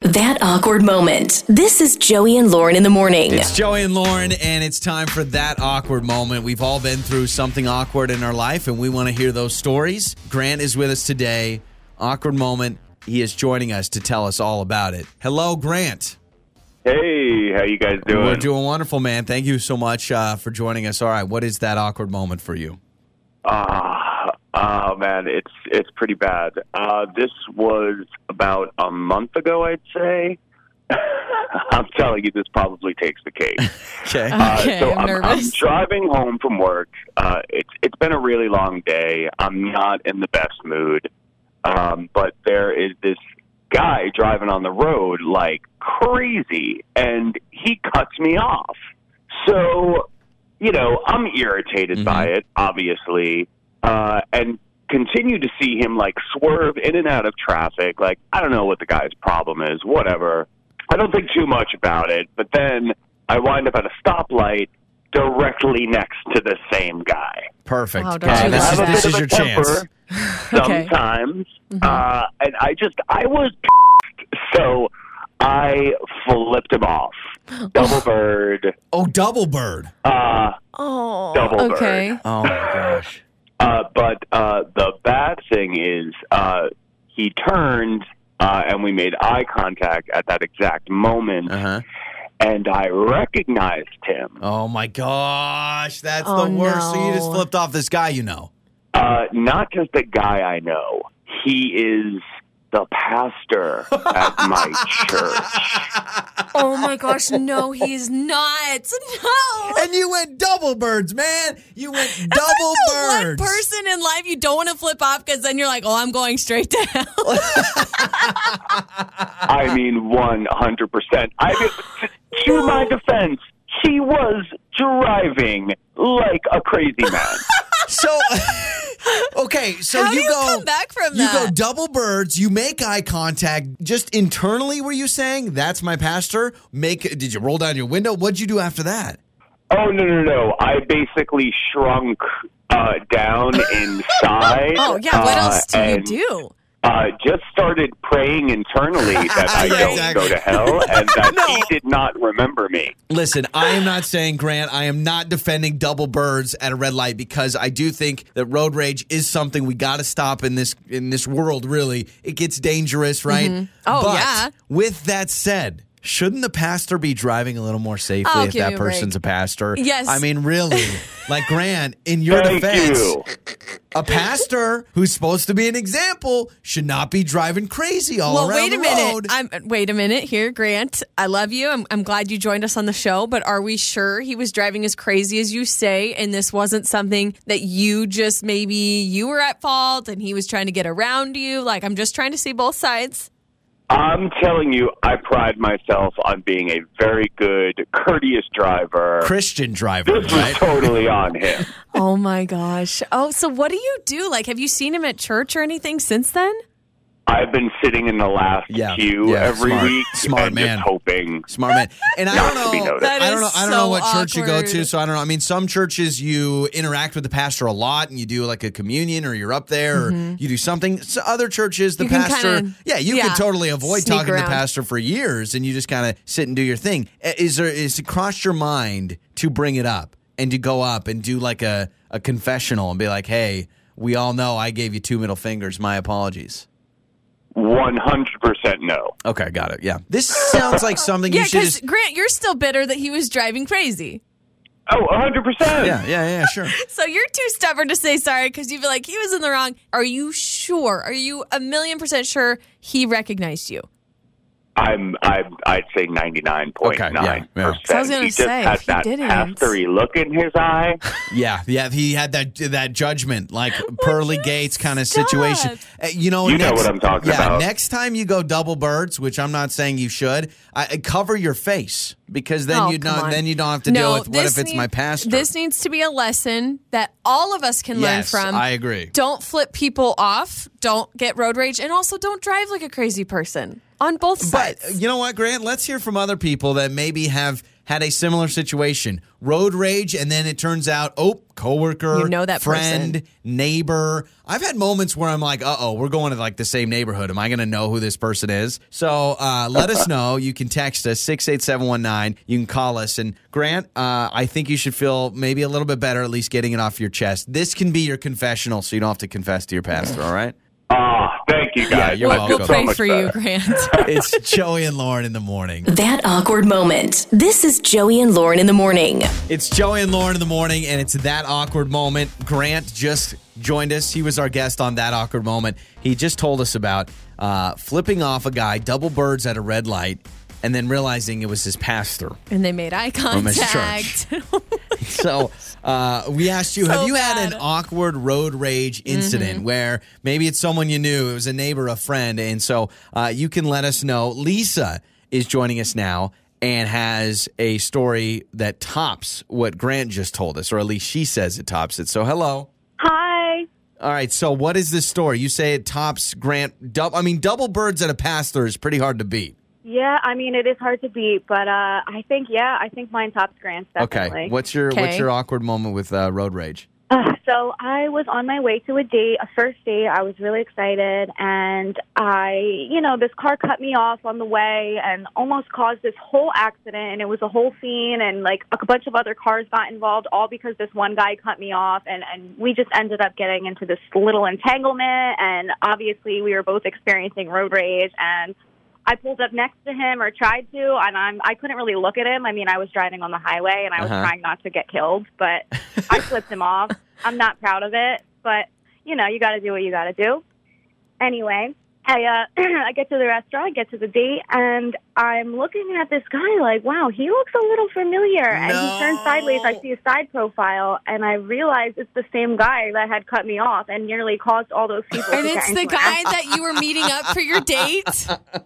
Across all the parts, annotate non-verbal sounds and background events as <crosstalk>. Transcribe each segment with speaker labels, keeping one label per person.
Speaker 1: that awkward moment. This is Joey and Lauren in the morning.
Speaker 2: It's Joey and Lauren, and it's time for that awkward moment. We've all been through something awkward in our life, and we want to hear those stories. Grant is with us today. Awkward moment. He is joining us to tell us all about it. Hello, Grant.
Speaker 3: Hey, how you guys doing?
Speaker 2: We're doing wonderful, man. Thank you so much uh, for joining us. All right, what is that awkward moment for you?
Speaker 3: Ah, ah, man, it's it's pretty bad. Uh, this was about a month ago, I'd say. <laughs> I'm telling you, this probably takes the cake.
Speaker 2: Okay.
Speaker 3: Uh, so
Speaker 4: I'm nervous.
Speaker 3: driving home from work. Uh, it's it's been a really long day. I'm not in the best mood, um, but there is this guy driving on the road like crazy, and he cuts me off. So, you know, I'm irritated by it, obviously, uh, and continue to see him like swerve in and out of traffic. Like I don't know what the guy's problem is. Whatever. I don't think too much about it, but then I wind up at a stoplight directly next to the same guy.
Speaker 2: Perfect.
Speaker 4: Wow, don't
Speaker 2: Okay,
Speaker 4: you
Speaker 2: Ah, this is,
Speaker 4: love it?
Speaker 2: this is
Speaker 3: I
Speaker 2: your
Speaker 3: have a bit of a
Speaker 2: chance. <laughs>
Speaker 3: temper
Speaker 4: Okay.
Speaker 3: sometimes, uh, and I just I was <laughs> so I flipped him off. Double bird,
Speaker 2: Oh, double bird.
Speaker 3: uh,
Speaker 4: Oh,
Speaker 3: Double bird.
Speaker 4: okay.
Speaker 2: Oh, my gosh.
Speaker 3: uh, but uh, the bad thing is uh, he turned uh, and we made eye contact at that exact moment,
Speaker 2: Uh huh.
Speaker 3: and I recognized him.
Speaker 2: Oh, my gosh. That's
Speaker 4: Oh,
Speaker 2: the worst. So you just
Speaker 4: no.
Speaker 2: flipped off this guy you know. <laughs>
Speaker 3: Uh, not just a guy I know. He is the pastor at my church.
Speaker 4: <laughs> Oh my gosh, no, he's not. <laughs> No.
Speaker 2: And you went double birds, man. You went double
Speaker 4: The one
Speaker 2: birds.
Speaker 4: person in life you don't want to flip off because then you're like, oh, I'm going straight to hell.
Speaker 3: I mean, one hundred percent. I mean, t- to my defense, he was driving like a crazy man.
Speaker 2: So, <laughs> okay, so
Speaker 4: How
Speaker 2: you
Speaker 4: do you
Speaker 2: go
Speaker 4: come back from
Speaker 2: you go
Speaker 4: that?
Speaker 2: double birds. You make eye contact. Just internally, were you saying that's my pastor? Make did you roll down your window? What'd you do after that?
Speaker 3: oh no, no, no! I basically shrunk uh,
Speaker 4: <laughs>
Speaker 3: down inside.
Speaker 4: Oh, yeah. What
Speaker 3: uh,
Speaker 4: else do you
Speaker 3: and,
Speaker 4: do?
Speaker 3: Uh, just started praying
Speaker 4: <laughs>
Speaker 3: internally that I
Speaker 2: Yeah,
Speaker 3: don't
Speaker 2: exactly.
Speaker 3: go to hell and that
Speaker 2: No.
Speaker 3: he did not remember me.
Speaker 2: Listen, I am not saying Grant. I am not defending double birds at a red light because I do think that road rage is something we got to stop in this in this world. Really, it gets dangerous, right?
Speaker 4: Oh,
Speaker 2: but
Speaker 4: yeah.
Speaker 2: With that said. Shouldn't the pastor be driving a little more safely
Speaker 4: Oh,
Speaker 2: if
Speaker 4: give
Speaker 2: that
Speaker 4: me a break.
Speaker 2: person's a pastor?
Speaker 4: Yes.
Speaker 2: I mean,
Speaker 4: <laughs>
Speaker 2: really, like Grant, in your
Speaker 3: Thank
Speaker 2: defense,
Speaker 3: you.
Speaker 2: a pastor who's supposed to be an example should not be driving crazy all
Speaker 4: Well,
Speaker 2: around
Speaker 4: wait a
Speaker 2: the
Speaker 4: minute.
Speaker 2: road.
Speaker 4: I'm wait a minute here, Grant. I love you. I'm, I'm glad you joined us on the show. But are we sure he was driving as crazy as you say? And this wasn't something that you just maybe you were at fault, and he was trying to get around you. Like I'm just trying to see both sides.
Speaker 3: I'm telling you, I pride myself on being a very good, courteous driver.
Speaker 2: Christian driver,
Speaker 3: this was
Speaker 2: right?
Speaker 3: totally on him.
Speaker 4: Oh my gosh. Oh, so what do you do? Like, have you seen him at church or anything since then?
Speaker 3: I've been sitting in the last
Speaker 2: Yeah,
Speaker 3: queue
Speaker 2: yeah,
Speaker 3: every
Speaker 2: smart-
Speaker 3: week
Speaker 2: smart
Speaker 3: and
Speaker 2: man.
Speaker 3: just hoping.
Speaker 2: Smart man. And I don't
Speaker 3: Not to be
Speaker 2: know.
Speaker 3: noticed. That
Speaker 2: I don't
Speaker 4: is
Speaker 2: know. I don't
Speaker 4: so
Speaker 2: know what church you go
Speaker 4: awkward.
Speaker 2: to, so I don't know. I mean, some churches you interact with the pastor a lot, and you do like a communion, or you're up there, or you do something. So other churches, the
Speaker 4: Mm-hmm. You can
Speaker 2: pastor,
Speaker 4: kinda-
Speaker 2: yeah, you can
Speaker 4: yeah,
Speaker 2: totally avoid
Speaker 4: sneak
Speaker 2: talking to the
Speaker 4: around.
Speaker 2: pastor for years, and you just kind of sit and do your thing. Uh, Is there is it crossed your mind to bring it up and to go up and do like a a confessional and be like, hey, we all know I gave you two middle fingers. My apologies.
Speaker 3: 100% no.
Speaker 2: Okay, got it. Yeah, this sounds like something
Speaker 4: Yeah,
Speaker 2: you should
Speaker 4: because
Speaker 2: just.
Speaker 4: Grant, you're still bitter that he was driving crazy.
Speaker 3: Oh, 100%.
Speaker 2: Yeah, yeah, yeah, sure.
Speaker 4: So you're too stubborn to say sorry because you feel like he was in the wrong. Are you sure? Are you a million percent sure he recognized you?
Speaker 3: I'm, I'm, I'd say 99.9%.
Speaker 2: Okay, yeah, yeah.
Speaker 4: So I was gonna
Speaker 3: he just
Speaker 4: say,
Speaker 3: had
Speaker 4: if he
Speaker 3: that
Speaker 4: didn't-
Speaker 3: pastory look in his eye.
Speaker 2: Yeah, yeah, he had that that judgment,
Speaker 4: <laughs>
Speaker 2: like pearly gates kind of situation. Uh, You know,
Speaker 3: You know
Speaker 2: next,
Speaker 3: what I'm talking
Speaker 2: yeah,
Speaker 3: about.
Speaker 2: Next time you go double birds, which I'm not saying you should, I, I cover your face because then
Speaker 4: Oh,
Speaker 2: you
Speaker 4: come
Speaker 2: don't
Speaker 4: on.
Speaker 2: then you don't have to deal with what
Speaker 4: this
Speaker 2: if it's my
Speaker 4: need-
Speaker 2: pastor.
Speaker 4: This needs to be a lesson that all of us can
Speaker 2: yes,
Speaker 4: learn from.
Speaker 2: I agree.
Speaker 4: don't flip people off. Don't get road rage, and also don't drive like a crazy person on both
Speaker 2: But
Speaker 4: sides.
Speaker 2: you know what, Grant? Let's hear from other people that maybe have had a similar situation. Road rage, and then it turns out, oh, coworker,
Speaker 4: You know that
Speaker 2: friend,
Speaker 4: person.
Speaker 2: neighbor. I've had moments where I'm like, uh oh, we're going to like the same neighborhood. Am I going to know who this person is? So uh, let us know. You can text us 68719. You can call us. And Grant, uh, I think you should feel maybe a little bit better, at least getting it off your chest. This can be your confessional, so you don't have to confess to your pastor, all right?
Speaker 3: Ah, thank you guys.
Speaker 2: you're
Speaker 3: I
Speaker 4: We'll,
Speaker 3: feel
Speaker 2: welcome.
Speaker 4: we'll
Speaker 3: so
Speaker 4: pray
Speaker 3: much
Speaker 4: for
Speaker 3: better. <laughs>
Speaker 4: you,
Speaker 2: <laughs>
Speaker 4: Grant.
Speaker 2: It's Joey and Lauren in the morning.
Speaker 1: That awkward moment. This is Joey and Lauren in the morning.
Speaker 2: It's Joey and Lauren in the morning, and it's that awkward moment. Grant just joined us. He was our guest on that awkward moment. He just told us about uh, flipping off a guy, double birds at a red light, and then realizing it was his pastor.
Speaker 4: and they made eye
Speaker 2: miss
Speaker 4: contact.
Speaker 2: So uh, we asked you, have
Speaker 4: So
Speaker 2: you had
Speaker 4: bad. Mm-hmm.
Speaker 2: an awkward road rage incident where maybe it's someone you knew, it was a neighbor, a friend, and so uh, you can let us know. Lisa is joining us now and has a story that tops what Grant just told us, or at least she says it tops it. So hello.
Speaker 5: Hi.
Speaker 2: All right, so what is this story? You say it tops Grant. Dou- I mean, double birds at a pastor is pretty hard to beat.
Speaker 5: Yeah, I mean it is hard to beat, but uh, I think yeah, I think mine tops Grant's definitely.
Speaker 2: Okay, what's your what's
Speaker 4: Okay.
Speaker 2: your awkward moment with uh, road rage?
Speaker 5: Uh, so I was on my way to a date, a first date. I was really excited, and I, you know, this car cut me off on the way and almost caused this whole accident. And it was a whole scene, and like a bunch of other cars got involved, all because this one guy cut me off. And and we just ended up getting into this little entanglement. And obviously, we were both experiencing road rage. And I pulled up next to him or tried to, and I'm I couldn't really look at him. I mean, I was driving on the highway and I was
Speaker 2: Uh-huh.
Speaker 5: trying not to get killed,
Speaker 2: <laughs>
Speaker 5: but I flipped him off. I'm not proud of it, but you know, you got to do what you got to do. Anyway, I uh, <clears throat> I get to the restaurant, I get to the date, and I'm looking at this guy like, wow, he looks a little familiar. And he turns sideways. I
Speaker 2: No.
Speaker 5: see his side profile, and I realize it's the same guy that had cut me off and nearly caused all those
Speaker 4: <laughs>
Speaker 5: people.
Speaker 4: and
Speaker 5: to
Speaker 4: it's
Speaker 5: get
Speaker 4: the
Speaker 5: into an
Speaker 4: guy that you were meeting up
Speaker 2: <laughs>
Speaker 4: for your date.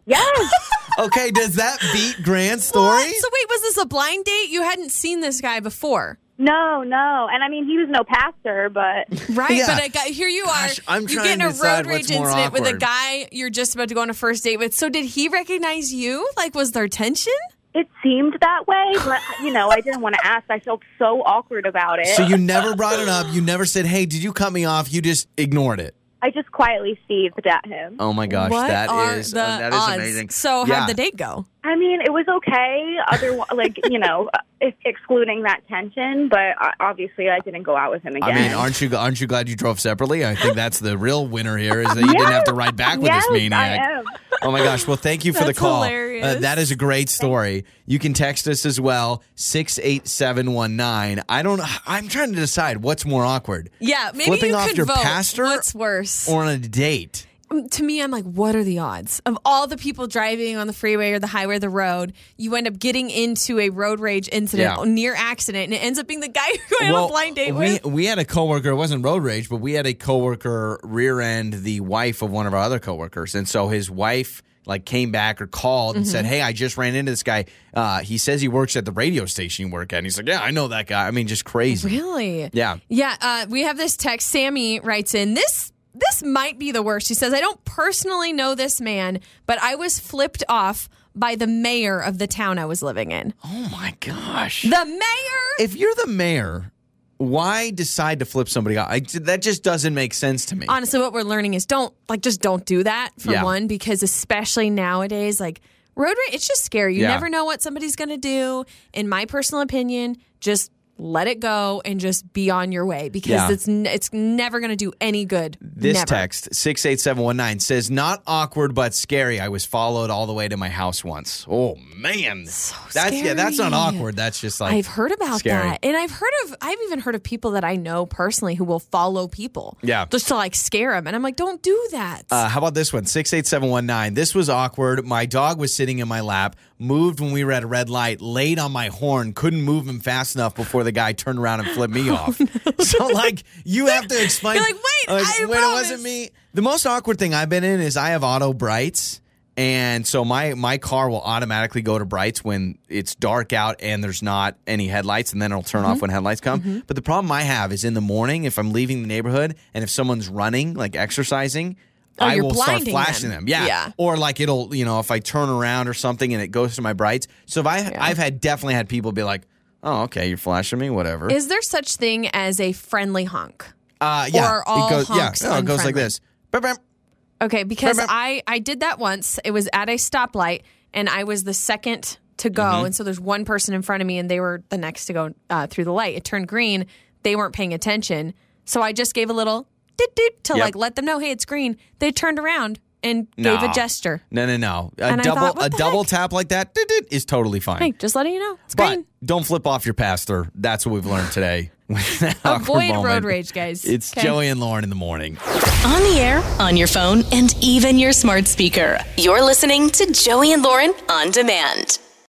Speaker 5: Yes.
Speaker 2: Okay, does that beat Grant's story?
Speaker 4: What? So wait, was this a blind date? You hadn't seen this guy before,
Speaker 5: No, no. And I mean, he was no pastor,
Speaker 2: <laughs>
Speaker 5: but
Speaker 4: right?
Speaker 2: Yeah.
Speaker 4: But I got, here you
Speaker 2: Gosh,
Speaker 4: are.
Speaker 2: I'm
Speaker 4: you
Speaker 2: trying
Speaker 4: get in
Speaker 2: to
Speaker 4: a
Speaker 2: decide
Speaker 4: road
Speaker 2: what's
Speaker 4: rage
Speaker 2: more
Speaker 4: incident with a
Speaker 2: awkward.
Speaker 4: guy you're just about to go on a first date with. So did he recognize you? Like, was there tension?
Speaker 5: it seemed that way. But, you know, I didn't want to ask. I felt so awkward about it.
Speaker 2: So you never brought it up. You never said, "Hey, did you cut me off?" You just ignored it.
Speaker 5: I just quietly seethed at him.
Speaker 2: Oh my gosh,
Speaker 4: what
Speaker 2: that
Speaker 4: are
Speaker 2: is
Speaker 4: the
Speaker 2: uh, that is
Speaker 4: odds?
Speaker 2: amazing.
Speaker 4: So
Speaker 2: Yeah.
Speaker 4: how'd the date go?
Speaker 5: I mean, it was okay, other like, you know, <laughs> if excluding that tension, but uh, obviously I didn't go out with him again.
Speaker 2: I mean, aren't you aren't you glad you drove separately? I think that's the real winner here is that you didn't have to ride back with
Speaker 5: yes,
Speaker 2: this maniac.
Speaker 5: I am.
Speaker 2: Oh my gosh. Well, thank you for the
Speaker 4: That's
Speaker 2: call.
Speaker 4: hilarious.
Speaker 2: Uh, that is a great story. You can text us as well 68719. I don't I'm trying to decide what's more awkward
Speaker 4: Yeah, maybe
Speaker 2: Flipping
Speaker 4: you
Speaker 2: off
Speaker 4: could
Speaker 2: your
Speaker 4: vote.
Speaker 2: pastor
Speaker 4: What's worse?
Speaker 2: or on a date.
Speaker 4: Um, to me, I'm like, what are the odds of all the people driving on the freeway or the highway or the road? You end up getting into a road rage incident,
Speaker 2: Yeah.
Speaker 4: near accident, and it ends up being the guy <laughs> you're going on a blind date
Speaker 2: we,
Speaker 4: with.
Speaker 2: we had a coworker. It wasn't road rage, but we had a coworker rear end the wife of one of our other coworkers, and so his wife like came back or called and
Speaker 4: Mm-hmm.
Speaker 2: said, "Hey, I just ran into this guy. Uh, he says he works at the radio station you work at." And he's like, "Yeah, I know that guy. I mean, just crazy."
Speaker 4: Really?
Speaker 2: Yeah.
Speaker 4: Yeah. Uh, we have this text. Sammy writes in this. This might be the worst. She says, I don't personally know this man, but I was flipped off by the mayor of the town I was living in.
Speaker 2: Oh my gosh!
Speaker 4: The mayor?
Speaker 2: If you're the mayor, why decide to flip somebody off? I, that just doesn't make sense to me.
Speaker 4: honestly what we're learning is don't like just don't do that for
Speaker 2: Yeah.
Speaker 4: one because especially nowadays like road rage it's just scary you
Speaker 2: Yeah.
Speaker 4: never know what somebody's going to do in my personal opinion just let it go and just be on your way because
Speaker 2: Yeah.
Speaker 4: it's n- it's never going to do any good
Speaker 2: This
Speaker 4: never.
Speaker 2: text, 68719, says, Not awkward but scary. I was followed all the way to my house once. Oh, man. that's Yeah, that's not
Speaker 4: scary.
Speaker 2: awkward. That's just like.
Speaker 4: I've heard about
Speaker 2: scary.
Speaker 4: that. And I've heard of, I've even heard of people that I know personally who will follow people.
Speaker 2: Yeah.
Speaker 4: Just to like scare them. And I'm like, don't do that.
Speaker 2: Uh, how about this one? 68719. This was awkward. My dog was sitting in my lap, moved when we were at a red light, laid on my horn, couldn't move him fast enough before the guy turned around and flipped
Speaker 4: <laughs>
Speaker 2: me off. So, like, you have to explain.
Speaker 4: Oh, You're like, "Wait, I
Speaker 2: wait, it wasn't
Speaker 4: promise."
Speaker 2: me. The most awkward thing I've been in is I have auto brights. And so my, my car will automatically go to brights when it's dark out and there's not any headlights, and then it'll turn
Speaker 4: Mm-hmm.
Speaker 2: off when headlights come. But the problem I have is in the morning, if I'm leaving the neighborhood and if someone's running, like exercising,
Speaker 4: Oh,
Speaker 2: I
Speaker 4: you're
Speaker 2: will start
Speaker 4: blinding
Speaker 2: flashing them.
Speaker 4: them.
Speaker 2: Yeah.
Speaker 4: Yeah.
Speaker 2: Or like it'll, you know, if I turn around or something and it goes to my brights. So if I I've had definitely had people be like, "Oh, okay, you're flashing me, whatever."
Speaker 4: Is there such thing as a friendly honk?
Speaker 2: uh yeah.
Speaker 4: or all
Speaker 2: it goes yeah,
Speaker 4: honks
Speaker 2: no, it goes like
Speaker 4: unfriendly?
Speaker 2: this. Bam, bam.
Speaker 4: Okay, because
Speaker 2: Remember-
Speaker 4: I I did that once. It was at a stoplight, and I was the second to go,
Speaker 2: Mm-hmm.
Speaker 4: and so there's one person in front of me, and they were the next to go uh, through the light. It turned green. They weren't paying attention, so I just gave a little doot doot to
Speaker 2: Yep.
Speaker 4: like let them know, hey, it's green. They turned around and gave
Speaker 2: No.
Speaker 4: a gesture.
Speaker 2: No, no, no. A
Speaker 4: And I
Speaker 2: double a
Speaker 4: thought, what the
Speaker 2: double
Speaker 4: heck?
Speaker 2: tap like that doot, doot, is totally fine.
Speaker 4: Hey, just letting you know, it's
Speaker 2: but
Speaker 4: green.
Speaker 2: don't flip off your pastor. That's what we've learned today. <laughs> with that awkward
Speaker 4: Avoid
Speaker 2: moment.
Speaker 4: road rage, guys.
Speaker 2: It's
Speaker 4: Okay.
Speaker 2: Joey and Lauren in the morning.
Speaker 1: On the air, on your phone, and even your smart speaker. You're listening to Joey and Lauren on demand.